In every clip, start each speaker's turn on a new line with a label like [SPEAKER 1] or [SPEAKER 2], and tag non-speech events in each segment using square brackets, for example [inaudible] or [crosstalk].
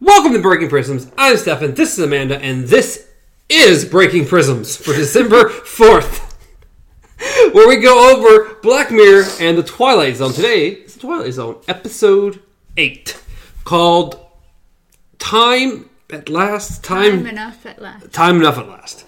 [SPEAKER 1] Welcome to Breaking Prisms. I'm Stefan, this is Amanda, and this is Breaking Prisms for December [laughs] 4th, where we go over Black Mirror and the Twilight Zone. Today, it's the Twilight Zone, episode 8, called Time at Last. Time,
[SPEAKER 2] Time enough at last.
[SPEAKER 1] Time enough at last.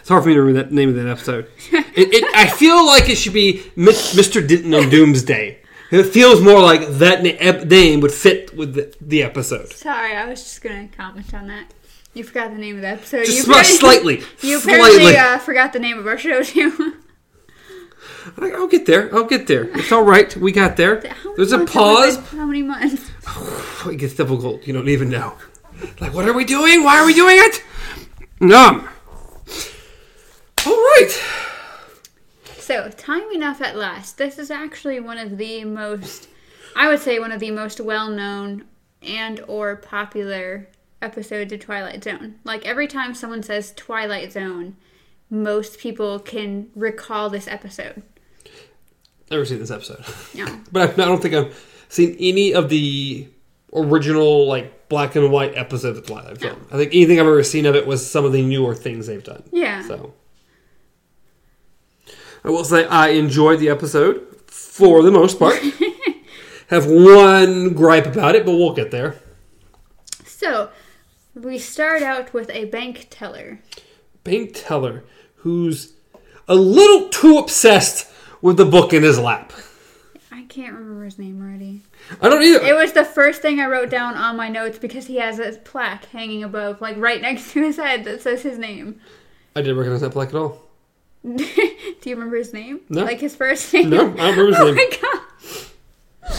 [SPEAKER 1] It's hard for me to remember that name of that episode. It, it, I feel like it should be Mis- Mr. Denton on Doomsday. It feels more like that na- ep- name would fit with the, the episode.
[SPEAKER 2] Sorry, I was just gonna comment on that. You forgot the name of the episode.
[SPEAKER 1] Just
[SPEAKER 2] you
[SPEAKER 1] smi- slightly.
[SPEAKER 2] You
[SPEAKER 1] slightly.
[SPEAKER 2] apparently uh, forgot the name of our show too. [laughs]
[SPEAKER 1] I, I'll get there. I'll get there. It's all right. We got there.
[SPEAKER 2] How
[SPEAKER 1] There's a
[SPEAKER 2] much have we
[SPEAKER 1] pause.
[SPEAKER 2] been- How many months?
[SPEAKER 1] It gets difficult. You don't even know. Like, what are we doing? Why are we doing it? Numb. All right.
[SPEAKER 2] So, time enough at last. This is actually one of the most, I would say, one of the most well-known and/or popular episodes of Twilight Zone. Like every time someone says Twilight Zone, most people can recall this episode.
[SPEAKER 1] Never seen this episode.
[SPEAKER 2] No,
[SPEAKER 1] But I, I don't think I've seen any of the original like black and white episodes of Twilight Zone. I think anything I've ever seen of it was some of the newer things they've done.
[SPEAKER 2] yeah.
[SPEAKER 1] So I will say I enjoyed the episode for the most
[SPEAKER 2] [laughs]
[SPEAKER 1] part. Have one gripe about it, but we'll get there.
[SPEAKER 2] So, we start out with a bank teller.
[SPEAKER 1] Bank teller who's a little too obsessed with the book in his lap.
[SPEAKER 2] I can't remember his name already.
[SPEAKER 1] I don't either.
[SPEAKER 2] It was the first thing I wrote down on my notes because he has a plaque hanging above, like right next to his head, that says his name. [laughs]
[SPEAKER 1] I didn't recognize that plaque at all.
[SPEAKER 2] Do you remember his name?
[SPEAKER 1] No.
[SPEAKER 2] Like his first name?
[SPEAKER 1] No, I don't remember his
[SPEAKER 2] [laughs] oh
[SPEAKER 1] name.
[SPEAKER 2] my god.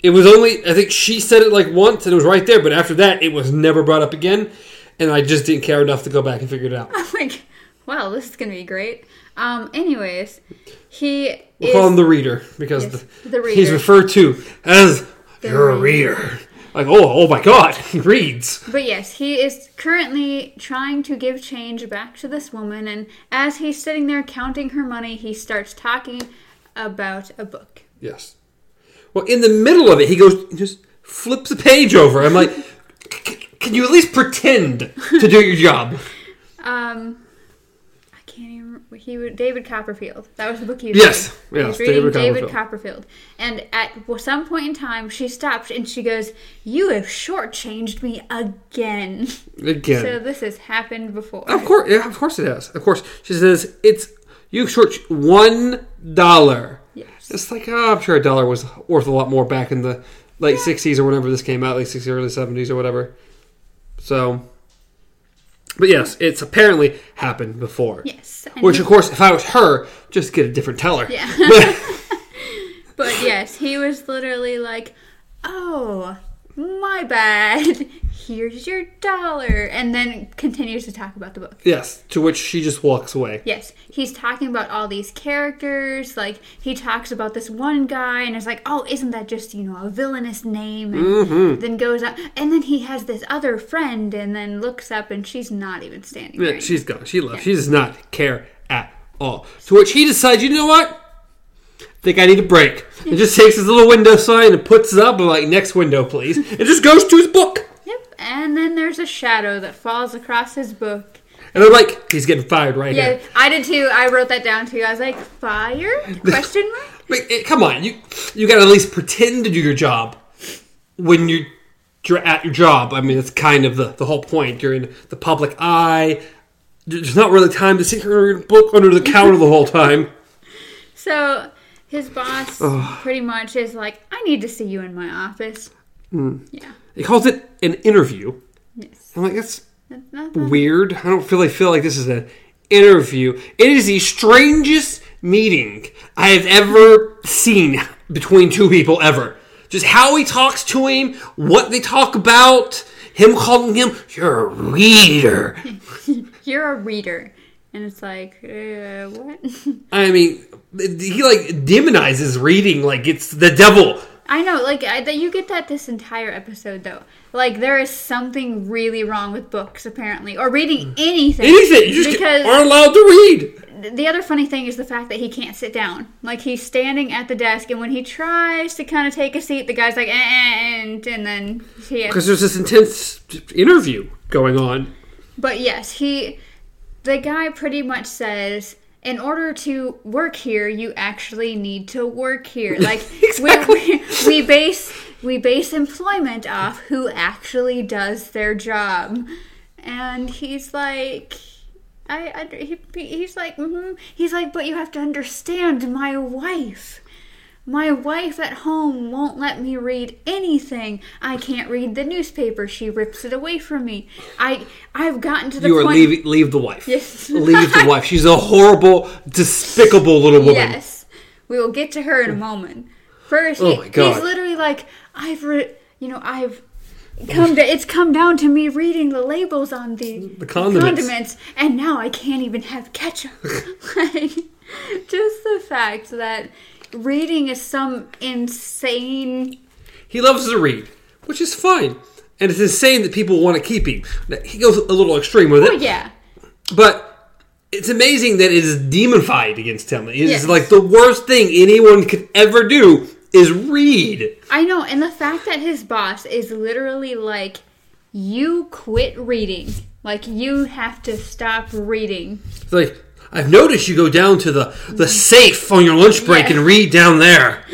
[SPEAKER 1] It was only I think she said it like once and it was right there, but after that it was never brought up again, and I just didn't care enough to go back and figure it out.
[SPEAKER 2] I'm like, wow, this is going to be great. Um, anyways, he
[SPEAKER 1] We'll call him
[SPEAKER 2] is.
[SPEAKER 1] the reader because
[SPEAKER 2] Yes,
[SPEAKER 1] the,
[SPEAKER 2] the
[SPEAKER 1] he's
[SPEAKER 2] reader.
[SPEAKER 1] referred to as
[SPEAKER 2] The
[SPEAKER 1] your reader.
[SPEAKER 2] reader."
[SPEAKER 1] Like oh oh my god, [laughs] he reads.
[SPEAKER 2] But yes, he is currently trying to give change back to this woman, and as he's sitting there counting her money, he starts talking about a book.
[SPEAKER 1] Yes. Well, in the middle of it, he goes he just flips a page over. I'm like, "C- can you at least pretend to do your job?
[SPEAKER 2] Um, I can't even. He would David Copperfield. That was the book he was
[SPEAKER 1] Yes,
[SPEAKER 2] reading.
[SPEAKER 1] yes,
[SPEAKER 2] He's reading
[SPEAKER 1] David
[SPEAKER 2] David,
[SPEAKER 1] Copperfield.
[SPEAKER 2] Copperfield. and at some point in time, she stopped and she goes, "You have shortchanged me again." [laughs]
[SPEAKER 1] Again,
[SPEAKER 2] So this has happened before.
[SPEAKER 1] Of course, yeah, of course it has. Of course, she says it's you short one dollar.
[SPEAKER 2] Yes.
[SPEAKER 1] It's like oh, I'm sure a dollar was worth a lot more back in the late '60s or whenever this came out, late '60s, early '70s or whatever. So, but yes, it's apparently happened before.
[SPEAKER 2] Yes, and
[SPEAKER 1] Which, of course, if I was her, just get a different teller.
[SPEAKER 2] Yeah. But yes, he was literally like, "Oh, my bad. Here's your dollar," and then continues to talk about the book.
[SPEAKER 1] [laughs] yes. To which she just walks away.
[SPEAKER 2] Yes, he's talking about all these characters. Like he talks about this one guy, and it's like, "Oh, isn't that just you know a villainous name?" And
[SPEAKER 1] Mm-hmm.
[SPEAKER 2] then goes up, and then he has this other friend, and then looks up, and she's not even standing.
[SPEAKER 1] Yeah,
[SPEAKER 2] there
[SPEAKER 1] she's gone. She left. She does not care at all. To which he decides, you know what? Think I need a break. And just takes his little window sign and puts it up, like next window, please. And just goes to his book.
[SPEAKER 2] Yep. And then there's a shadow that falls across his book.
[SPEAKER 1] And I'm like, he's getting fired right
[SPEAKER 2] Yeah,
[SPEAKER 1] here.
[SPEAKER 2] I did too. I wrote that down too. I was
[SPEAKER 1] [laughs]
[SPEAKER 2] like, "Fire?" Question mark.
[SPEAKER 1] But, eh, come on, you you gotta at least pretend to do your job when you you're at your job. I mean, that's kind of the, the whole point. You're in the public eye. There's not really time to sit here and book under the counter the whole time.
[SPEAKER 2] So his boss pretty much is like, I need to see you in my office.
[SPEAKER 1] Mm.
[SPEAKER 2] Yeah.
[SPEAKER 1] He calls it an interview.
[SPEAKER 2] Yes.
[SPEAKER 1] I'm like, that's
[SPEAKER 2] That- that- that-
[SPEAKER 1] weird. I don't really feel like this is an interview. It is the strangest meeting I have ever seen between two people ever. Just how he talks to him, what they talk about, him calling him your reader.
[SPEAKER 2] You're a reader. And it's like, uh, what? [laughs]
[SPEAKER 1] I mean, he like demonizes reading like it's the devil.
[SPEAKER 2] I know, like I, that you get that this entire episode though. Like there is something really wrong with books apparently, or reading anything.
[SPEAKER 1] Mm. Anything. You just
[SPEAKER 2] because
[SPEAKER 1] aren't allowed to read.
[SPEAKER 2] the other funny thing is the fact that he can't sit down. Like he's standing at the desk, and when he tries to kind of take a seat, the guy's like, "Eh, eh, eh," and and then he. Has,
[SPEAKER 1] Because there's this intense interview going on.
[SPEAKER 2] but yes, he, the guy pretty much says. In order to work here, you actually need to work here. Like we, we, we base we base employment off who actually does their job, and he's like, I, under he, he's like mm he's like but you have to understand my wife my wife at home won't let me read anything i can't read the newspaper she rips it away from me i i've gotten to the
[SPEAKER 1] You are
[SPEAKER 2] point
[SPEAKER 1] leave leave the wife. [laughs]
[SPEAKER 2] Yes.
[SPEAKER 1] leave the wife. She's a horrible, despicable little woman.
[SPEAKER 2] yes we will get to her in a moment first
[SPEAKER 1] Oh
[SPEAKER 2] he-
[SPEAKER 1] my God.
[SPEAKER 2] he's literally like i've re- you know i've come to it's come down to me reading the labels on the
[SPEAKER 1] The condiments.
[SPEAKER 2] condiments, and now I can't even have
[SPEAKER 1] [laughs]
[SPEAKER 2] ketchup. like, just the fact that reading is some insane.
[SPEAKER 1] He loves to read, which is fine. And it's insane that people want to keep him. Now, He goes a little extreme with it.
[SPEAKER 2] Oh yeah,
[SPEAKER 1] But it's amazing that it is demonified against him. It is
[SPEAKER 2] Yes.
[SPEAKER 1] like the worst thing anyone could ever do is read.
[SPEAKER 2] I know, and the fact that his boss is literally like, "You quit reading. Like you have to stop reading."
[SPEAKER 1] It's like I've noticed you go down to the the safe on your lunch break
[SPEAKER 2] Mm-hmm. Yeah.
[SPEAKER 1] and read down there.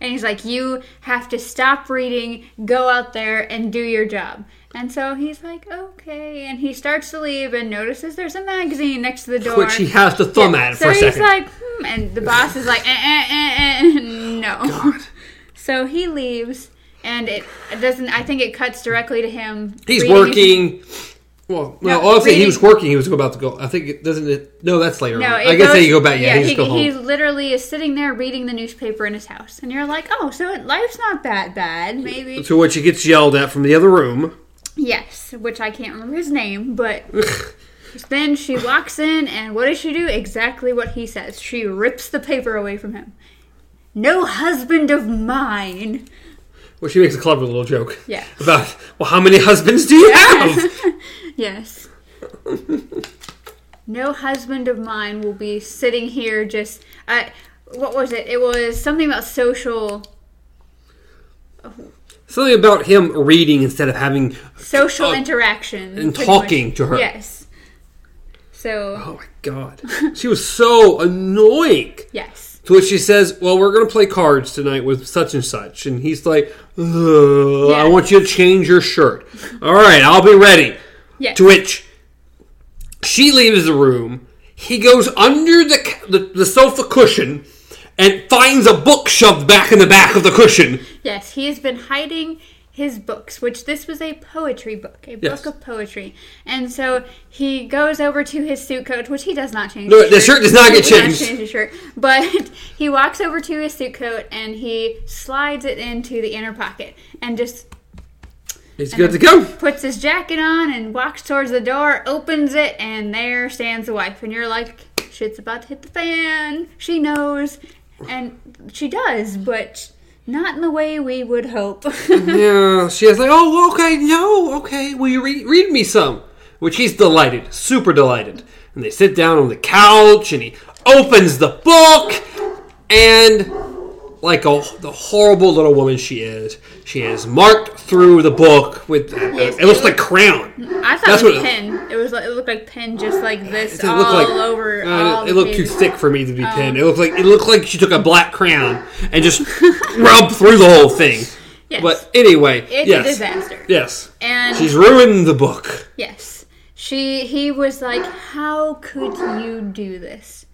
[SPEAKER 2] And he's like, "You have to stop reading. Go out there and do your job." And so he's like, "Okay." And he starts to leave and notices there's a magazine next to the door.
[SPEAKER 1] Which he has to thumb at
[SPEAKER 2] so
[SPEAKER 1] for a
[SPEAKER 2] he's
[SPEAKER 1] second.
[SPEAKER 2] like, hmm, and the boss is like, eh, eh, eh, [laughs] eh, no. So he leaves, and it it doesn't. I think it cuts directly to him.
[SPEAKER 1] He's
[SPEAKER 2] reading-
[SPEAKER 1] working. Well, no,
[SPEAKER 2] No,
[SPEAKER 1] obviously he
[SPEAKER 2] reading-
[SPEAKER 1] was working. He was about to go. I think it doesn't. It, no, that's later.
[SPEAKER 2] No,
[SPEAKER 1] on.
[SPEAKER 2] it
[SPEAKER 1] I guess
[SPEAKER 2] goes-
[SPEAKER 1] they go back. Yeah, he,
[SPEAKER 2] he,
[SPEAKER 1] just go home.
[SPEAKER 2] he literally is sitting there reading the newspaper in his house, and you're like, oh, so life's not that bad, maybe.
[SPEAKER 1] To which he gets yelled at from the other room.
[SPEAKER 2] Yes, which I can't remember his name, but. Then she walks in, and what does she do? Exactly what he says. She rips the paper away from him. No husband of mine.
[SPEAKER 1] Well, she makes a clever little joke.
[SPEAKER 2] Yeah.
[SPEAKER 1] About well, how many husbands do you have?
[SPEAKER 2] [laughs] yes. no husband of mine will be sitting here just. Uh, what was it? It was something about social
[SPEAKER 1] Something about him reading instead of having.
[SPEAKER 2] social
[SPEAKER 1] Oh,
[SPEAKER 2] interaction
[SPEAKER 1] and
[SPEAKER 2] pretty much.
[SPEAKER 1] talking to her.
[SPEAKER 2] Yes. So
[SPEAKER 1] Oh my god,
[SPEAKER 2] [laughs]
[SPEAKER 1] she was so annoying.
[SPEAKER 2] yes,
[SPEAKER 1] To which she says, "Well, we're going to play cards tonight with such and such," and he's like, "Ugh, "I
[SPEAKER 2] Yeah.
[SPEAKER 1] want you to change your shirt." All right, I'll be ready.
[SPEAKER 2] yes.
[SPEAKER 1] To which she leaves the room. He goes under the, c- the the sofa cushion and finds a book shoved back in the back of the cushion.
[SPEAKER 2] Yes, he has been hiding his books, which this was a poetry book, a
[SPEAKER 1] Yes.
[SPEAKER 2] book of poetry. And so he goes over to his suit coat, which he does not change.
[SPEAKER 1] No,
[SPEAKER 2] his
[SPEAKER 1] the shirt does not
[SPEAKER 2] He
[SPEAKER 1] get changed.
[SPEAKER 2] change his shirt, but [laughs] he walks over to his suit coat and he slides it into the inner pocket and just
[SPEAKER 1] He's good to go.
[SPEAKER 2] puts his jacket on and walks towards the door, opens it, and there stands the wife. And you're like, shit's about to hit the fan. She knows. And she does, but not in the way we would hope. [laughs]
[SPEAKER 1] Yeah, she has like, oh, okay, no, okay, will you re- read me some? Which he's delighted, super delighted. And they sit down on the couch, and he opens the book, and like a, the horrible little woman she is, she has marked through the book with uh,
[SPEAKER 2] Yes,
[SPEAKER 1] it looks
[SPEAKER 2] it
[SPEAKER 1] like crayon.
[SPEAKER 2] I thought
[SPEAKER 1] That's
[SPEAKER 2] it was
[SPEAKER 1] what it-
[SPEAKER 2] pen. It, was like, it looked like pen, just like this,
[SPEAKER 1] It
[SPEAKER 2] all
[SPEAKER 1] looked like
[SPEAKER 2] over.
[SPEAKER 1] uh,
[SPEAKER 2] all
[SPEAKER 1] it,
[SPEAKER 2] the
[SPEAKER 1] looked too
[SPEAKER 2] pages. Oh.
[SPEAKER 1] thick for me to be pen. It looked like it looked like she took a black crayon and
[SPEAKER 2] [laughs]
[SPEAKER 1] just rubbed through the whole thing.
[SPEAKER 2] Yes.
[SPEAKER 1] But anyway,
[SPEAKER 2] It's
[SPEAKER 1] yes,
[SPEAKER 2] a disaster.
[SPEAKER 1] Yes,
[SPEAKER 2] And
[SPEAKER 1] she's ruined the book.
[SPEAKER 2] yes, she he was like, "How could you do this?"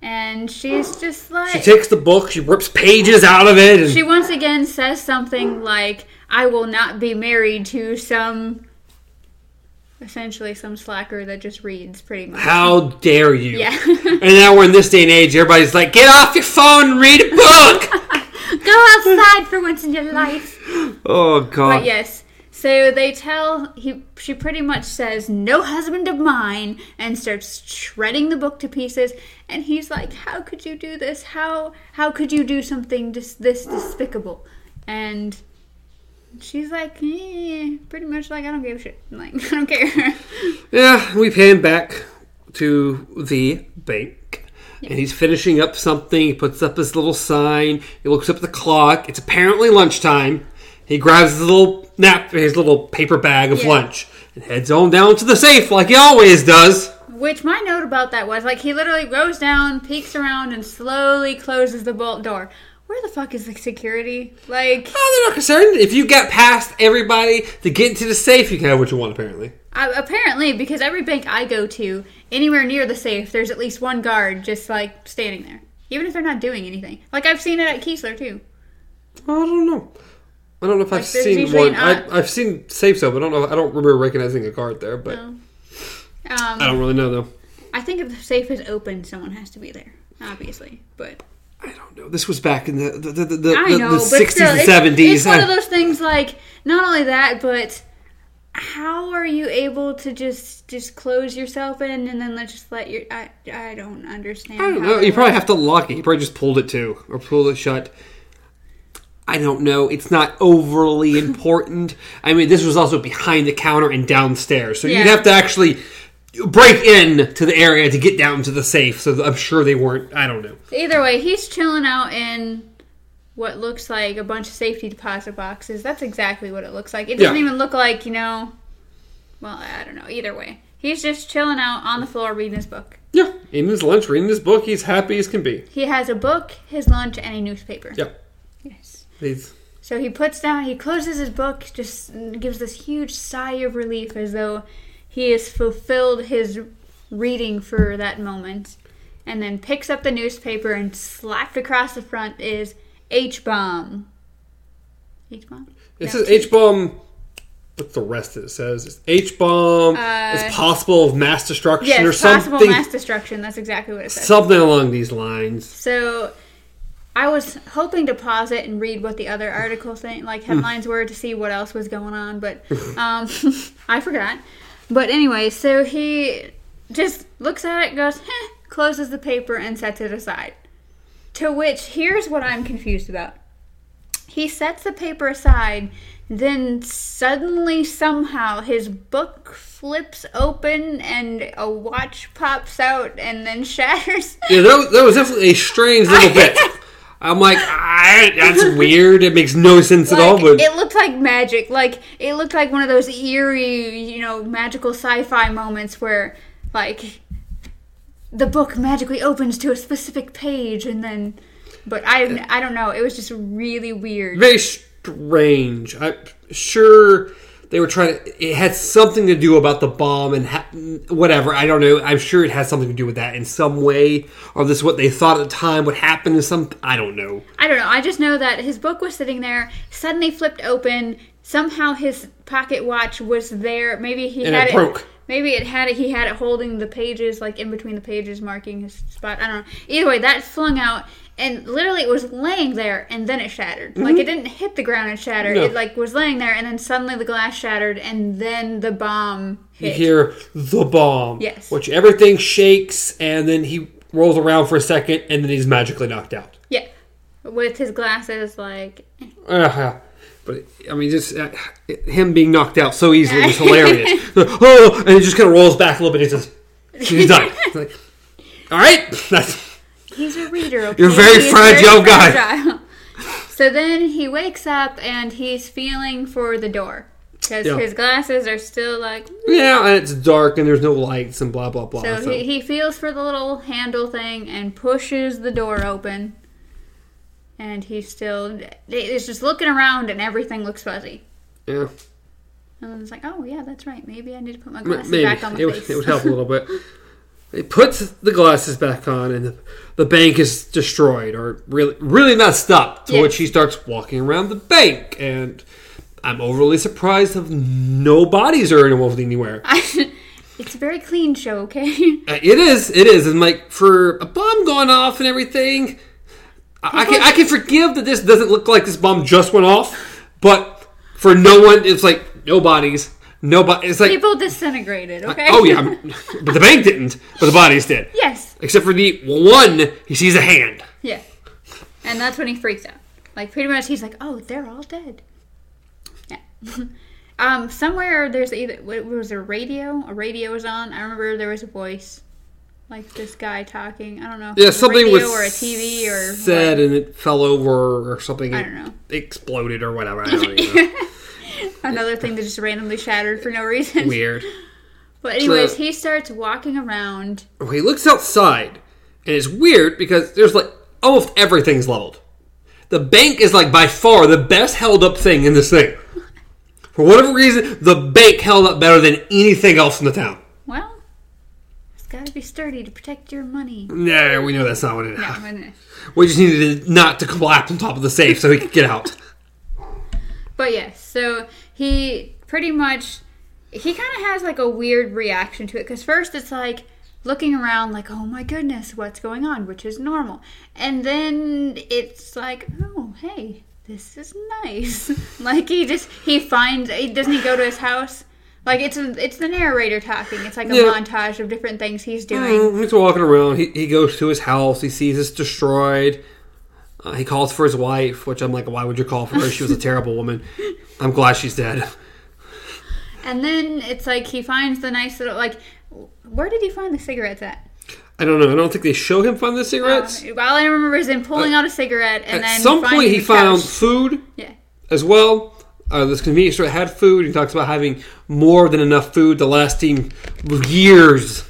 [SPEAKER 2] And she's just like,
[SPEAKER 1] She takes the book, she rips pages out of it, and
[SPEAKER 2] She once again says something like, I will not be married to some. Essentially, some slacker that just reads
[SPEAKER 1] [laughs]
[SPEAKER 2] pretty much.
[SPEAKER 1] how dare you?
[SPEAKER 2] Yeah.
[SPEAKER 1] and now we're in this day and age, everybody's like, get off your phone and read a
[SPEAKER 2] [laughs]
[SPEAKER 1] book!
[SPEAKER 2] Go outside for once in your life!
[SPEAKER 1] oh, God.
[SPEAKER 2] Yes. So they tell he she pretty much says no husband of mine and starts shredding the book to pieces and he's like how could you do this how how could you do something dis- this despicable and she's like eh, pretty much like I don't give a shit like [laughs] I don't care
[SPEAKER 1] Yeah, we pan back to the bank. And he's finishing up something. He puts up his little sign. He looks up at the clock. It's apparently lunchtime. He grabs his little nap, his little paper bag of
[SPEAKER 2] Yeah.
[SPEAKER 1] lunch, and heads on down to the safe like he always does.
[SPEAKER 2] which my note about that was like he literally goes down peeks around and slowly closes the bolt door where the fuck is the security like
[SPEAKER 1] Oh, they're not concerned. If you get past everybody to get into the safe, you can have what you want. Apparently,
[SPEAKER 2] I, apparently, because every bank I go to, anywhere near the safe, there's at least one guard just like standing there, even if they're not doing anything. Like I've seen it at Keesler too.
[SPEAKER 1] I don't know. I don't know if I've
[SPEAKER 2] there's
[SPEAKER 1] seen
[SPEAKER 2] usually
[SPEAKER 1] one.
[SPEAKER 2] an eye-
[SPEAKER 1] I, I've seen safes though, but I don't know. I don't remember recognizing a guard there. But
[SPEAKER 2] Um,
[SPEAKER 1] I don't really know though.
[SPEAKER 2] I think if the safe is open, someone has to be there, obviously. But
[SPEAKER 1] I don't know. This was back in the the, the, the,
[SPEAKER 2] I
[SPEAKER 1] the-
[SPEAKER 2] know,
[SPEAKER 1] the
[SPEAKER 2] but
[SPEAKER 1] 60s
[SPEAKER 2] still,
[SPEAKER 1] and
[SPEAKER 2] it's,
[SPEAKER 1] 70s.
[SPEAKER 2] It's one
[SPEAKER 1] I-
[SPEAKER 2] of those things. Like not only that, but how are you able to just just close yourself in and then let just let your? I I don't understand.
[SPEAKER 1] I don't
[SPEAKER 2] how
[SPEAKER 1] know.
[SPEAKER 2] that
[SPEAKER 1] You probably
[SPEAKER 2] works.
[SPEAKER 1] have to lock it. You probably just pulled it too, or pulled it shut. I don't know. It's not
[SPEAKER 2] [laughs]
[SPEAKER 1] overly important. I mean, this was also behind the counter and downstairs, so
[SPEAKER 2] Yeah.
[SPEAKER 1] you'd have to actually break in to the area to get down to the safe. So I'm sure they weren't. I don't know.
[SPEAKER 2] Either way, he's chilling out in what looks like a bunch of safety deposit boxes. That's exactly what it looks like. It doesn't
[SPEAKER 1] Yeah.
[SPEAKER 2] even look like, you know, well, I don't know. Either way, he's just chilling out on the floor reading his book.
[SPEAKER 1] Yeah, eating his lunch, reading his book. He's happy as can be.
[SPEAKER 2] He has a book, his lunch, and a newspaper.
[SPEAKER 1] Yeah,
[SPEAKER 2] Yes.
[SPEAKER 1] he's
[SPEAKER 2] So he puts down, he closes his book, just gives this huge sigh of relief as though he has fulfilled his reading for that moment, and then picks up the newspaper and slapped across the front is H bomb. H bomb?
[SPEAKER 1] It says H bomb. What's the rest that it says? It's H bomb. it's possible of mass destruction or
[SPEAKER 2] Uh, Yes, possible
[SPEAKER 1] something.
[SPEAKER 2] mass destruction. That's exactly what it says.
[SPEAKER 1] something along these lines.
[SPEAKER 2] So I was hoping to pause it and read what the other article thing like headlines were to see what else was going on, but um, [laughs] I forgot. But anyway, so he just looks at it, goes, "Heh," closes the paper and sets it aside. To which here's what I'm confused about. He sets the paper aside, then suddenly somehow his book flips open and a watch pops out and then [laughs] shatters.
[SPEAKER 1] Yeah, that, that was definitely a strange little
[SPEAKER 2] [laughs]
[SPEAKER 1] bit. I'm like, I, that's weird. It makes no sense at all.
[SPEAKER 2] Like,
[SPEAKER 1] But
[SPEAKER 2] it looked like magic. Like it looked like one of those eerie, you know, magical sci-fi moments where, like, the book magically opens to a specific page, and then, but I, I don't know. It was just really weird.
[SPEAKER 1] very strange. I'm sure they were trying to. It had something to do about the bomb and ha- whatever. I don't know. I'm sure it has something to do with that in some way, or this is what they thought at the time would happen. Is some I don't know.
[SPEAKER 2] I don't know. I just know that his book was sitting there, suddenly flipped open. Somehow his pocket watch was there. Maybe he
[SPEAKER 1] And
[SPEAKER 2] had
[SPEAKER 1] it broke.
[SPEAKER 2] Maybe it had it. He had it holding the pages, like in between the pages, marking his spot. I don't know. Either way, that flung out, and literally it was laying there, and then it shattered. Like it didn't hit the ground and shatter.
[SPEAKER 1] Mm-hmm. No.
[SPEAKER 2] It like was laying there, and then suddenly the glass shattered, and then the bomb
[SPEAKER 1] You
[SPEAKER 2] hit.
[SPEAKER 1] hear the bomb.
[SPEAKER 2] Yes.
[SPEAKER 1] Which everything shakes, and then he rolls around for a second, and then he's magically knocked out.
[SPEAKER 2] yeah, with his glasses, like
[SPEAKER 1] Uh-huh. But I mean, just uh, him being knocked out so easily was hilarious. [laughs] oh, and he just kind of rolls back a little bit. He says, "He's done." It's like, all right, [laughs] that's
[SPEAKER 2] He's a reader. Okay?
[SPEAKER 1] You're very
[SPEAKER 2] He is
[SPEAKER 1] fragile guy.
[SPEAKER 2] fragile. [laughs] So then he wakes up and he's feeling for the door because
[SPEAKER 1] Yeah.
[SPEAKER 2] his glasses are still like.
[SPEAKER 1] yeah. And it's dark, and there's no lights, and blah blah blah.
[SPEAKER 2] So
[SPEAKER 1] so-
[SPEAKER 2] he, he feels for the little handle thing and pushes the door open. And he's still he's just looking around and everything looks fuzzy.
[SPEAKER 1] yeah,
[SPEAKER 2] And then it's like, oh yeah, that's right. Maybe I need to put my
[SPEAKER 1] m-
[SPEAKER 2] glasses
[SPEAKER 1] maybe
[SPEAKER 2] back on my
[SPEAKER 1] it, would-
[SPEAKER 2] face.
[SPEAKER 1] it would
[SPEAKER 2] [laughs]
[SPEAKER 1] help a little bit. He puts the glasses back on, and the, the bank is destroyed, or really, really messed up. To
[SPEAKER 2] Yes.
[SPEAKER 1] which he starts walking around the bank, and I'm overly surprised of no bodies are involved anywhere.
[SPEAKER 2] it's a very clean show, okay? [laughs]
[SPEAKER 1] Uh, It is. It is. And like for a bomb going off and everything, I, I can I can forgive that this doesn't look like this bomb just went off, but for no one, it's like no bodies, no bo- It's like,
[SPEAKER 2] People disintegrated, okay?
[SPEAKER 1] oh yeah, I'm- [laughs] but the bank didn't, but the bodies did.
[SPEAKER 2] [laughs] yes.
[SPEAKER 1] Except for the one, he sees a hand.
[SPEAKER 2] Yeah. And that's when he freaks out. Like pretty much he's like, "Oh, they're all dead." Yeah. [laughs] um somewhere there's either what what was a radio? A radio was on. I remember there was a voice like this guy talking. I don't know. if it
[SPEAKER 1] Yeah,
[SPEAKER 2] was a
[SPEAKER 1] something was
[SPEAKER 2] radio or a TV or
[SPEAKER 1] said, and it fell over or something.
[SPEAKER 2] I
[SPEAKER 1] it
[SPEAKER 2] don't know.
[SPEAKER 1] Exploded or whatever. I
[SPEAKER 2] [laughs]
[SPEAKER 1] don't even know.
[SPEAKER 2] another thing that just randomly shattered for no reason.
[SPEAKER 1] Weird.
[SPEAKER 2] [laughs] But anyways, he starts walking around.
[SPEAKER 1] Okay, he looks outside, and it's weird because there's like almost everything's leveled. The bank is like by far the best held up thing in this thing. For whatever reason, the bank held up better than anything else in the town.
[SPEAKER 2] Well, it's got to be sturdy to protect your
[SPEAKER 1] [sighs]
[SPEAKER 2] money.
[SPEAKER 1] No, we know that's not what it is.
[SPEAKER 2] Yeah, wasn't it?
[SPEAKER 1] We just needed it not to collapse on top of the safe so he could get out.
[SPEAKER 2] But yes, so he pretty much he kind of has like a weird reaction to it because first it's like looking around like oh my goodness what's going on which is normal and then it's like oh hey this is nice [laughs] like he just he finds he doesn't he go to his house like it's it's the narrator talking it's like a
[SPEAKER 1] Yeah.
[SPEAKER 2] montage of different things he's doing
[SPEAKER 1] Mm, He's walking around. He, he goes to his house. He sees it's destroyed. Uh, he calls for his wife, which I'm like, why would you call for her? She was a terrible woman. I'm glad she's dead.
[SPEAKER 2] and then it's like he finds the nice little like where did he find the cigarettes at
[SPEAKER 1] I don't know. I don't think they show him find the cigarettes. Uh,
[SPEAKER 2] Um, all I remember is him pulling out a cigarette and
[SPEAKER 1] At
[SPEAKER 2] then
[SPEAKER 1] some point,
[SPEAKER 2] finding
[SPEAKER 1] he
[SPEAKER 2] the
[SPEAKER 1] found
[SPEAKER 2] couch.
[SPEAKER 1] food
[SPEAKER 2] Yeah,
[SPEAKER 1] as well. Uh, this convenience store had food. He talks about having more than enough food to last him years.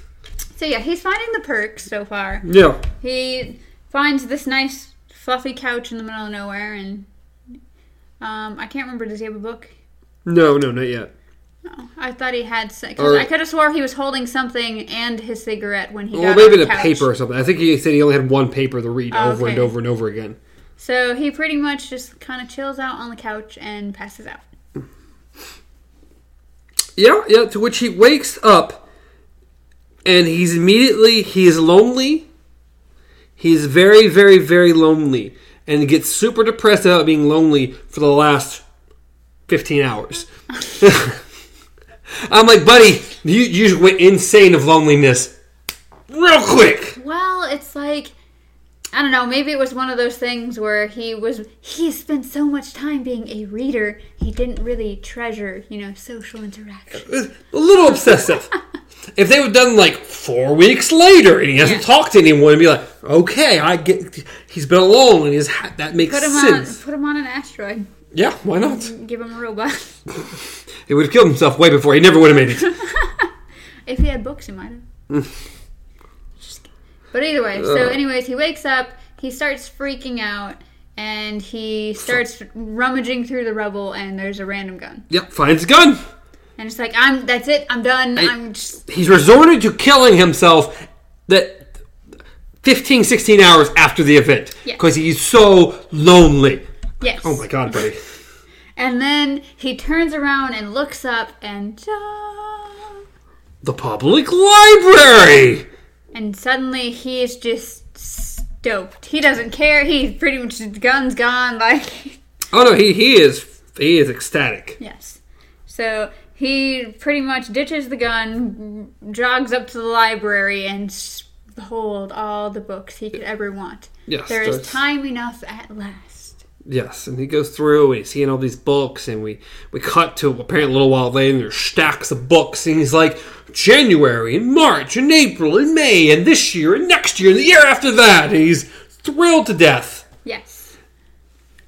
[SPEAKER 2] so yeah, he's finding the perks so far.
[SPEAKER 1] Yeah.
[SPEAKER 2] He finds this nice fluffy couch in the middle of nowhere, and um, I can't remember. Does he have a book?
[SPEAKER 1] No, no, not yet.
[SPEAKER 2] No, I thought he had. Because
[SPEAKER 1] Or-
[SPEAKER 2] I could have swore he was holding something and his cigarette when he
[SPEAKER 1] Well,
[SPEAKER 2] got on
[SPEAKER 1] maybe
[SPEAKER 2] the
[SPEAKER 1] the
[SPEAKER 2] couch.
[SPEAKER 1] paper or something. I think he said he only had one paper to read
[SPEAKER 2] Oh,
[SPEAKER 1] over and
[SPEAKER 2] okay.
[SPEAKER 1] over and over again.
[SPEAKER 2] So he pretty much just kind of chills out on the couch and passes out.
[SPEAKER 1] Yeah, yeah. To which he wakes up, and he's immediately he is lonely. He's very, very, very lonely, and gets super depressed about being lonely for the last fifteen hours. [laughs] I'm like, buddy, you you just went insane of loneliness real quick.
[SPEAKER 2] Well, it's like I don't know, maybe it was one of those things where he was he spent so much time being a reader, he didn't really treasure, you know, social interaction.
[SPEAKER 1] A little
[SPEAKER 2] [laughs]
[SPEAKER 1] obsessive. If they would done like four weeks later and he hasn't
[SPEAKER 2] Yeah.
[SPEAKER 1] talked to anyone, and be like, okay, I get. He's been alone and he's ha- that makes
[SPEAKER 2] Put him on
[SPEAKER 1] sense.
[SPEAKER 2] put him on an asteroid.
[SPEAKER 1] Yeah, why not?
[SPEAKER 2] Give him a robot. [laughs]
[SPEAKER 1] He would have killed himself way before. He never would have made [laughs] it.
[SPEAKER 2] if he had books he might have.
[SPEAKER 1] [laughs]
[SPEAKER 2] Just kidding. but either way, so anyways, he wakes up, he starts freaking out, and he starts rummaging through the rubble and there's a random gun.
[SPEAKER 1] yep, finds a gun.
[SPEAKER 2] And it's like, I'm that's it, I'm done. I, am just
[SPEAKER 1] He's resorted to killing himself that 15, 16 hours after the event
[SPEAKER 2] Yeah.
[SPEAKER 1] because he's so lonely.
[SPEAKER 2] yes.
[SPEAKER 1] Oh my god, buddy.
[SPEAKER 2] And then he turns around and looks up and "Ah."
[SPEAKER 1] The public library.
[SPEAKER 2] and suddenly he is just stoked. He doesn't care. He pretty much his gun's gone. Like [laughs]
[SPEAKER 1] Oh no, he he is he is ecstatic.
[SPEAKER 2] yes. So he pretty much ditches the gun, jogs up to the library and s- hold all the books he could ever want.
[SPEAKER 1] Yes,
[SPEAKER 2] there is
[SPEAKER 1] that's-
[SPEAKER 2] time enough at last.
[SPEAKER 1] Yes, and he goes through and he's seeing all these books, and we we cut to apparently a little while later, and there's stacks of books, and he's like January and March and April and May and this year and next year and the year after that, and he's thrilled to death.
[SPEAKER 2] Yes.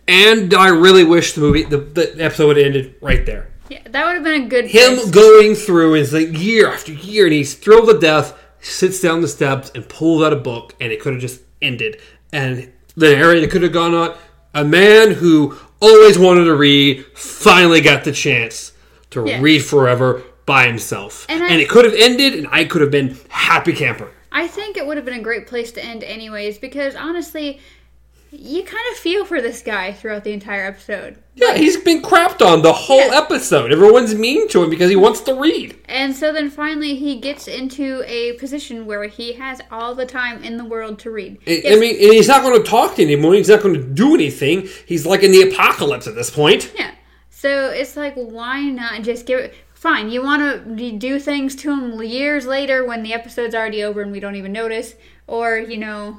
[SPEAKER 1] And I really wish the movie the, the episode would have ended right there.
[SPEAKER 2] Yeah, that would have been a good
[SPEAKER 1] Him going through and it's like year after year, and he's thrilled to death, sits down the steps and pulls out a book, and it could have just ended. And the narrator could have gone on. A man who always wanted to read finally got the chance to
[SPEAKER 2] Yeah.
[SPEAKER 1] read forever by himself.
[SPEAKER 2] And
[SPEAKER 1] And,
[SPEAKER 2] I-
[SPEAKER 1] it could have ended, and I could have been happy camper.
[SPEAKER 2] I think it would have been a great place to end, anyways, because honestly, you kind of feel for this guy throughout the entire episode.
[SPEAKER 1] Yeah, he's been crapped on the whole
[SPEAKER 2] Yeah.
[SPEAKER 1] episode. Everyone's mean to him because he wants to read.
[SPEAKER 2] And so then finally, he gets into a position where he has all the time in the world to read.
[SPEAKER 1] I- I
[SPEAKER 2] Yes,
[SPEAKER 1] mean, and he's not going to talk to anyone. He's not going to do anything. He's like in the apocalypse at this point.
[SPEAKER 2] yeah. So it's like, why not just give it? Fine, you want to do things to him years later when the episode's already over and we don't even notice, or you know,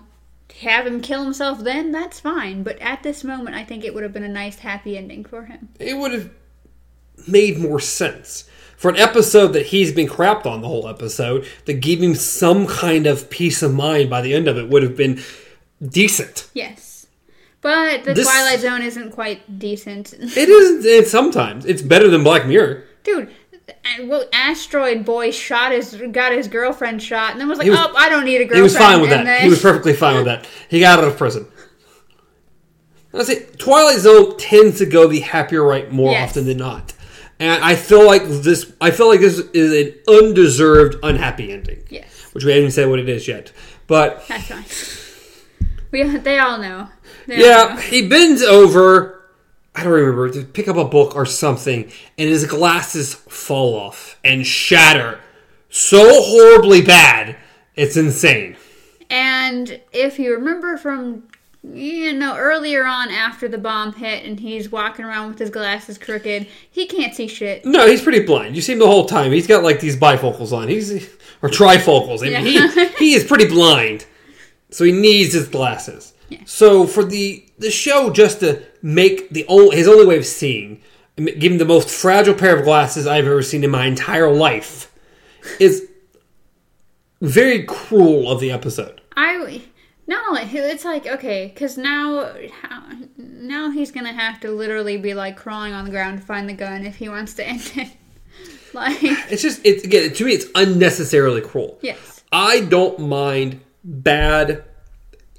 [SPEAKER 2] have him kill himself. Then that's fine. But at this moment, I think it would have been a nice happy ending for him.
[SPEAKER 1] It would have made more sense for an episode that he's been crapped on the whole episode. To give him some kind of peace of mind by the end of it would have been decent.
[SPEAKER 2] Yes, but the
[SPEAKER 1] This-
[SPEAKER 2] Twilight Zone isn't quite decent.
[SPEAKER 1] It is. It's sometimes it's better than Black Mirror.
[SPEAKER 2] dude. And well, asteroid boy shot his got his girlfriend shot, and then was like,
[SPEAKER 1] He was-
[SPEAKER 2] "Oh, I don't need a girlfriend."
[SPEAKER 1] He was fine with
[SPEAKER 2] and
[SPEAKER 1] that.
[SPEAKER 2] Then,
[SPEAKER 1] He was perfectly fine with that. He got out of prison. And I say Twilight Zone tends to go the happier right more
[SPEAKER 2] Yes.
[SPEAKER 1] often than not, and I feel like this. I feel like this is an undeserved unhappy ending,
[SPEAKER 2] yes,
[SPEAKER 1] which we haven't even said what it is yet. But
[SPEAKER 2] that's fine. We they all know. They all
[SPEAKER 1] yeah,
[SPEAKER 2] know.
[SPEAKER 1] he bends over. I don't remember to pick up a book or something, and his glasses fall off and shatter so horribly bad. It's insane.
[SPEAKER 2] And if you remember from you know earlier on after the bomb hit, and he's walking around with his glasses crooked, he can't see shit.
[SPEAKER 1] No, he's pretty blind. You see him the whole time. He's got like these bifocals on. He's or trifocals. I mean,
[SPEAKER 2] Yeah.
[SPEAKER 1] he he is pretty blind, so he needs his glasses. So for the the show just to make the only his only way of seeing, m- give him the most fragile pair of glasses I've ever seen in my entire life, is very cruel of the episode.
[SPEAKER 2] I not only it's like okay, because now how, now he's gonna have to literally be like crawling on the ground to find the gun if he wants to end it. [laughs] like
[SPEAKER 1] It's just it's again to me it's unnecessarily cruel.
[SPEAKER 2] yes,
[SPEAKER 1] I don't mind bad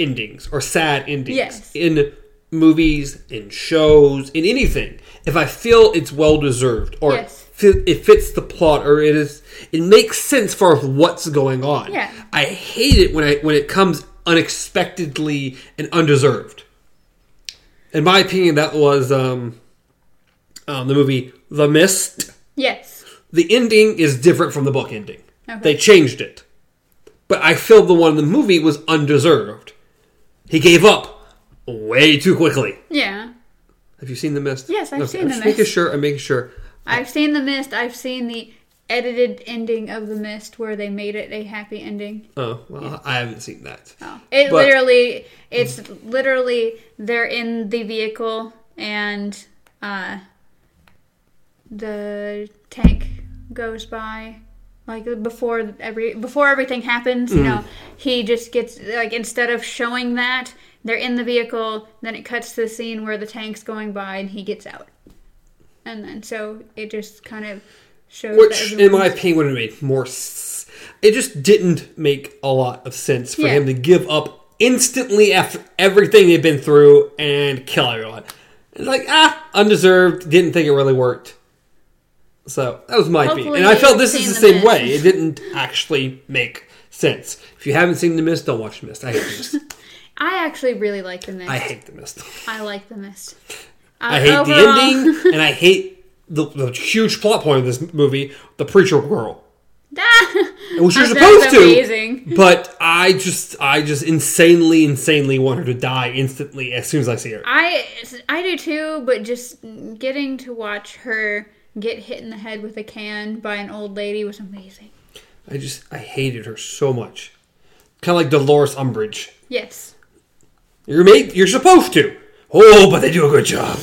[SPEAKER 1] endings or sad endings
[SPEAKER 2] Yes.
[SPEAKER 1] in movies, in shows, in anything. If I feel it's well deserved or
[SPEAKER 2] Yes.
[SPEAKER 1] fi- it fits the plot or it is it makes sense for what's going on.
[SPEAKER 2] Yeah.
[SPEAKER 1] I hate it when I when it comes unexpectedly and undeserved. In my opinion, that was um, um, the movie The Mist
[SPEAKER 2] yes.
[SPEAKER 1] the ending is different from the book ending.
[SPEAKER 2] Okay.
[SPEAKER 1] They changed it. But I feel the one in the movie was undeserved. He gave up way too quickly.
[SPEAKER 2] Yeah.
[SPEAKER 1] Have you seen The Mist?
[SPEAKER 2] Yes, I've seen
[SPEAKER 1] I'm
[SPEAKER 2] The
[SPEAKER 1] just Making
[SPEAKER 2] Mist.
[SPEAKER 1] sure, I'm making sure.
[SPEAKER 2] I've seen The Mist. I've seen the edited ending of The Mist where they made it a happy ending.
[SPEAKER 1] Oh, well, I haven't seen that.
[SPEAKER 2] Oh. It
[SPEAKER 1] But-
[SPEAKER 2] literally, it's literally they're in the vehicle and uh, the tank goes by. Like before every before everything happens, you
[SPEAKER 1] Mm.
[SPEAKER 2] know, he just gets like instead of showing that they're in the vehicle, then it cuts to the scene where the tank's going by and he gets out, and then so it just kind of shows.
[SPEAKER 1] Which,
[SPEAKER 2] that
[SPEAKER 1] in my
[SPEAKER 2] everyone's-
[SPEAKER 1] opinion, would have made more. S- it just didn't make a lot of sense for
[SPEAKER 2] Yeah.
[SPEAKER 1] him to give up instantly after everything they've been through and kill everyone. It's like ah, undeserved. Didn't think it really worked. So that was my opinion,
[SPEAKER 2] Hopefully
[SPEAKER 1] and I
[SPEAKER 2] you've
[SPEAKER 1] felt this is
[SPEAKER 2] seen
[SPEAKER 1] the
[SPEAKER 2] The
[SPEAKER 1] same
[SPEAKER 2] Mist.
[SPEAKER 1] way. It didn't actually make sense. If you haven't seen The Mist, don't watch The Mist. I hate The Mist.
[SPEAKER 2] I actually really like the mist.
[SPEAKER 1] I
[SPEAKER 2] I,
[SPEAKER 1] hate The
[SPEAKER 2] [laughs]
[SPEAKER 1] Mist.
[SPEAKER 2] like the mist.
[SPEAKER 1] I
[SPEAKER 2] Uh,
[SPEAKER 1] hate
[SPEAKER 2] overall-
[SPEAKER 1] the ending, and I hate the, the huge plot point of this movie: the preacher girl. Which you're
[SPEAKER 2] That's
[SPEAKER 1] supposed to.
[SPEAKER 2] amazing.
[SPEAKER 1] But I just, I just insanely, insanely want her to die instantly as soon as I see her.
[SPEAKER 2] [laughs] I I do too, but just getting to watch her get hit in the head with a can by an old lady was amazing.
[SPEAKER 1] I just, I hated her so much. Kind of like Dolores Umbridge.
[SPEAKER 2] Yes.
[SPEAKER 1] You're made, you're supposed to. Oh, but they do a good
[SPEAKER 2] [laughs]
[SPEAKER 1] job.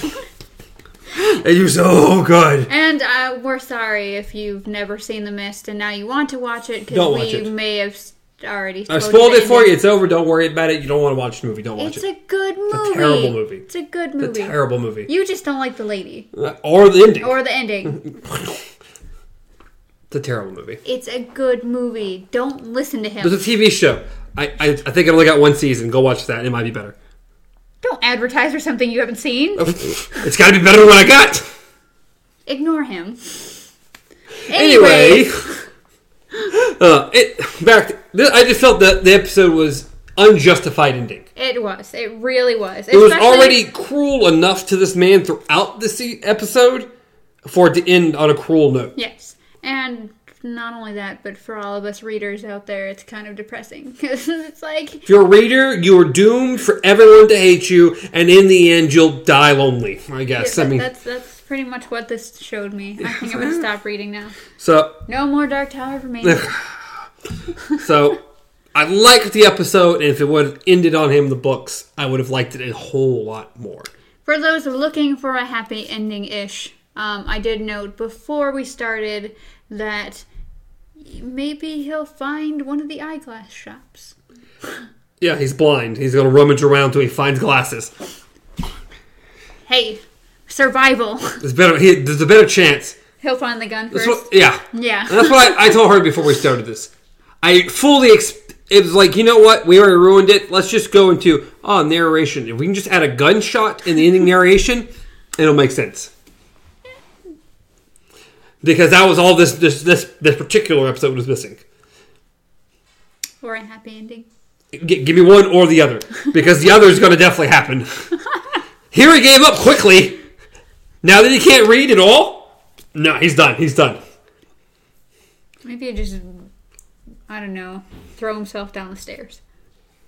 [SPEAKER 1] they do so good.
[SPEAKER 2] And uh, we're sorry if you've never seen The Mist and now you want to watch it because
[SPEAKER 1] Don't
[SPEAKER 2] we
[SPEAKER 1] watch it.
[SPEAKER 2] may have s- already.
[SPEAKER 1] I
[SPEAKER 2] told
[SPEAKER 1] spoiled
[SPEAKER 2] the
[SPEAKER 1] it for you.
[SPEAKER 2] ending.
[SPEAKER 1] It's over. Don't worry about it. You don't want to watch the movie. Don't watch
[SPEAKER 2] It's
[SPEAKER 1] it.
[SPEAKER 2] a good movie.
[SPEAKER 1] terrible movie.
[SPEAKER 2] It's a good
[SPEAKER 1] It's a
[SPEAKER 2] movie.
[SPEAKER 1] terrible movie. Uh,
[SPEAKER 2] you just don't like the lady
[SPEAKER 1] or the ending.
[SPEAKER 2] or
[SPEAKER 1] [laughs]
[SPEAKER 2] the ending.
[SPEAKER 1] it's a terrible movie.
[SPEAKER 2] it's a good movie. Don't listen to him.
[SPEAKER 1] There's a TV show. I, I, I think I only got one season. Go watch that. It might be better. [laughs]
[SPEAKER 2] Don't advertise for something you haven't seen.
[SPEAKER 1] it's got to be better than what I got.
[SPEAKER 2] Ignore him.
[SPEAKER 1] Anyway,
[SPEAKER 2] Anyways.
[SPEAKER 1] [laughs] uh, it back. To, th- I just felt that the episode was unjustified ending.
[SPEAKER 2] It was. It really was.
[SPEAKER 1] It was already cruel enough to this man throughout the se- episode for it to end on a cruel note.
[SPEAKER 2] Yes. And not only that, but for all of us readers out there, it's kind of depressing. [laughs] Because it's like,
[SPEAKER 1] If you're a reader, you're doomed for everyone to hate you, and in the end, you'll die lonely. I guess. I mean,
[SPEAKER 2] that's, that's pretty much what this showed me. I
[SPEAKER 1] [laughs]
[SPEAKER 2] think I'm gonna stop reading now.
[SPEAKER 1] So
[SPEAKER 2] No more Dark Tower for me.
[SPEAKER 1] So I liked the episode, and if it would have ended on him in the books, I would have liked it a whole lot more.
[SPEAKER 2] for those looking for a happy ending ish, um, I did note before we started that maybe he'll find one of the eyeglass shops.
[SPEAKER 1] Yeah, he's blind. He's gonna rummage around till he finds glasses.
[SPEAKER 2] Hey, survival. [laughs]
[SPEAKER 1] There's better. He, there's a better chance.
[SPEAKER 2] he'll find the gun
[SPEAKER 1] That's
[SPEAKER 2] first.
[SPEAKER 1] what, yeah,
[SPEAKER 2] yeah.
[SPEAKER 1] And that's what I, I told her before we started this. I fully. Ex- it was like you know what we already ruined it. Let's just go into oh narration. If we can just add a gunshot in the ending narration, it'll make sense. Because that was all this this this, this particular episode was missing.
[SPEAKER 2] or a happy ending.
[SPEAKER 1] G- give me one or the other because the other is going to definitely
[SPEAKER 2] [laughs]
[SPEAKER 1] happen. Here he gave up quickly. Now that he can't read at all, no, he's done. He's done.
[SPEAKER 2] Maybe he just, I don't know, throw himself down the stairs.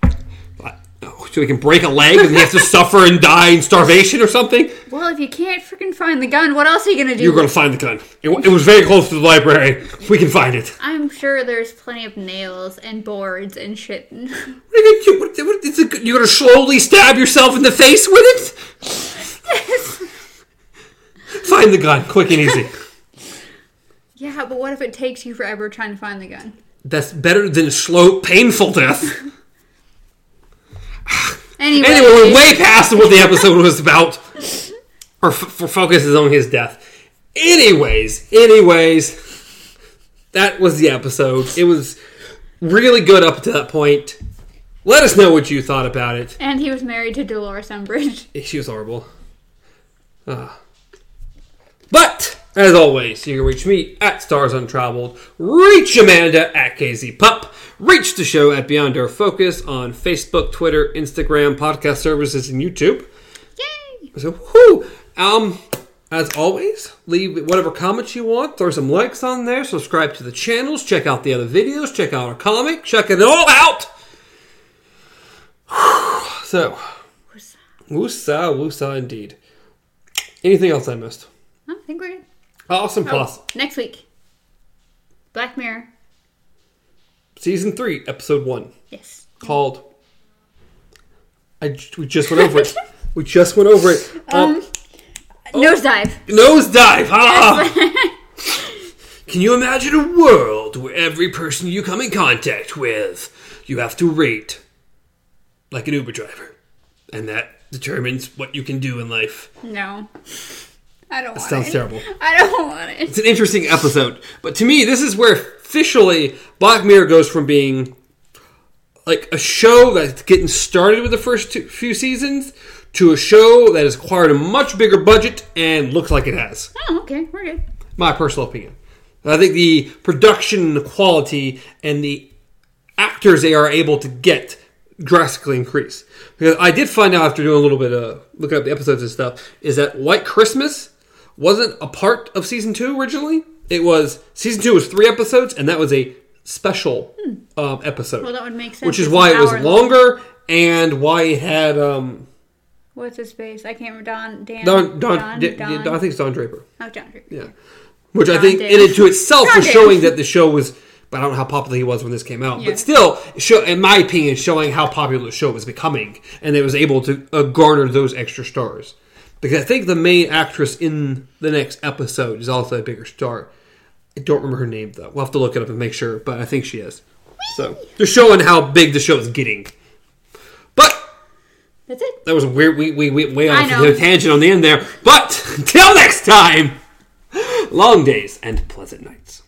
[SPEAKER 1] I- oh, So he can break a leg and he [laughs] has to suffer and die in starvation or something.
[SPEAKER 2] Well, if you can't freaking find the gun, what else are you gonna do?
[SPEAKER 1] You're going to find the gun. It, wa- it was very close to the library. We can find it.
[SPEAKER 2] I'm sure there's plenty of nails and boards and shit. [laughs]
[SPEAKER 1] What are you going to You're going to slowly stab yourself in the face with it? Find the gun, quick and easy.
[SPEAKER 2] yeah, but what if it takes you forever trying to find the gun?
[SPEAKER 1] That's better than slow, painful death.
[SPEAKER 2] Anyway,
[SPEAKER 1] Anyway, we're way past what the episode was about. Our f- f- focus is on his death. Anyways, anyways, that was the episode. It was really good up to that point. Let us know what you thought about it.
[SPEAKER 2] and he was married to Dolores Umbridge. [laughs]
[SPEAKER 1] She was horrible. Ah. But, as always, you can reach me at Stars Untraveled, reach Amanda at KZ Pup, reach the show at Beyond Our Focus on Facebook, Twitter, Instagram, podcast services, and YouTube.
[SPEAKER 2] Yay!
[SPEAKER 1] So, whoo! Um, as always, leave whatever comments you want. Throw some likes on there. Subscribe to the channels. Check out the other videos. Check out our comic. Check it all out. [sighs] So, woosa, woosa, indeed. Anything else I missed?
[SPEAKER 2] I think we're good.
[SPEAKER 1] Awesome Plus,
[SPEAKER 2] Next week, Black Mirror.
[SPEAKER 1] season three, episode one,
[SPEAKER 2] Yes.
[SPEAKER 1] called. I j- we just went over it. We just went over it. Um,
[SPEAKER 2] Oh. Nosedive.
[SPEAKER 1] Nosedive, huh? Can you imagine a world where every person you come in contact with, you have to rate like an Uber driver? And that determines what you can do in life.
[SPEAKER 2] No. I don't want
[SPEAKER 1] sounds
[SPEAKER 2] it.
[SPEAKER 1] terrible.
[SPEAKER 2] I don't want it.
[SPEAKER 1] It's an interesting episode. But to me, this is where officially Black Mirror goes from being like a show that's getting started with the first two, few seasons to a show that has acquired a much bigger budget and looks like it has.
[SPEAKER 2] Oh, okay. We're good.
[SPEAKER 1] my personal opinion. I think the production quality and the actors they are able to get drastically increase. Because I did find out after doing a little bit of looking up the episodes and stuff, is that White Christmas wasn't a part of season two originally. It was season two was three episodes, and that was a special um, episode,
[SPEAKER 2] Hmm. Well, that would make sense.
[SPEAKER 1] which is
[SPEAKER 2] It's
[SPEAKER 1] why
[SPEAKER 2] an
[SPEAKER 1] it was
[SPEAKER 2] hour long.
[SPEAKER 1] longer and why it had um,
[SPEAKER 2] What's his face? I can't remember. Don. Dan.
[SPEAKER 1] Don, Don,
[SPEAKER 2] Don.
[SPEAKER 1] D-
[SPEAKER 2] Don.
[SPEAKER 1] D- I think it's Don Draper.
[SPEAKER 2] oh, John. Drake.
[SPEAKER 1] Yeah. Which I
[SPEAKER 2] John
[SPEAKER 1] think
[SPEAKER 2] did.
[SPEAKER 1] in and to itself
[SPEAKER 2] John
[SPEAKER 1] was
[SPEAKER 2] did.
[SPEAKER 1] showing that the show was but I don't know how popular he was when this came out.
[SPEAKER 2] Yeah.
[SPEAKER 1] But still, show, in my opinion, showing how popular the show was becoming, and it was able to uh, garner those extra stars. Because I think the main actress in the next episode is also a bigger star. I don't remember her name though. We'll have to look it up and make sure, but I think she is. So they're showing how big the show is getting. But
[SPEAKER 2] That's it.
[SPEAKER 1] that was a weird. We we went way off
[SPEAKER 2] I
[SPEAKER 1] the [laughs]
[SPEAKER 2] know.
[SPEAKER 1] tangent on the end there. But until next time, long days and pleasant nights.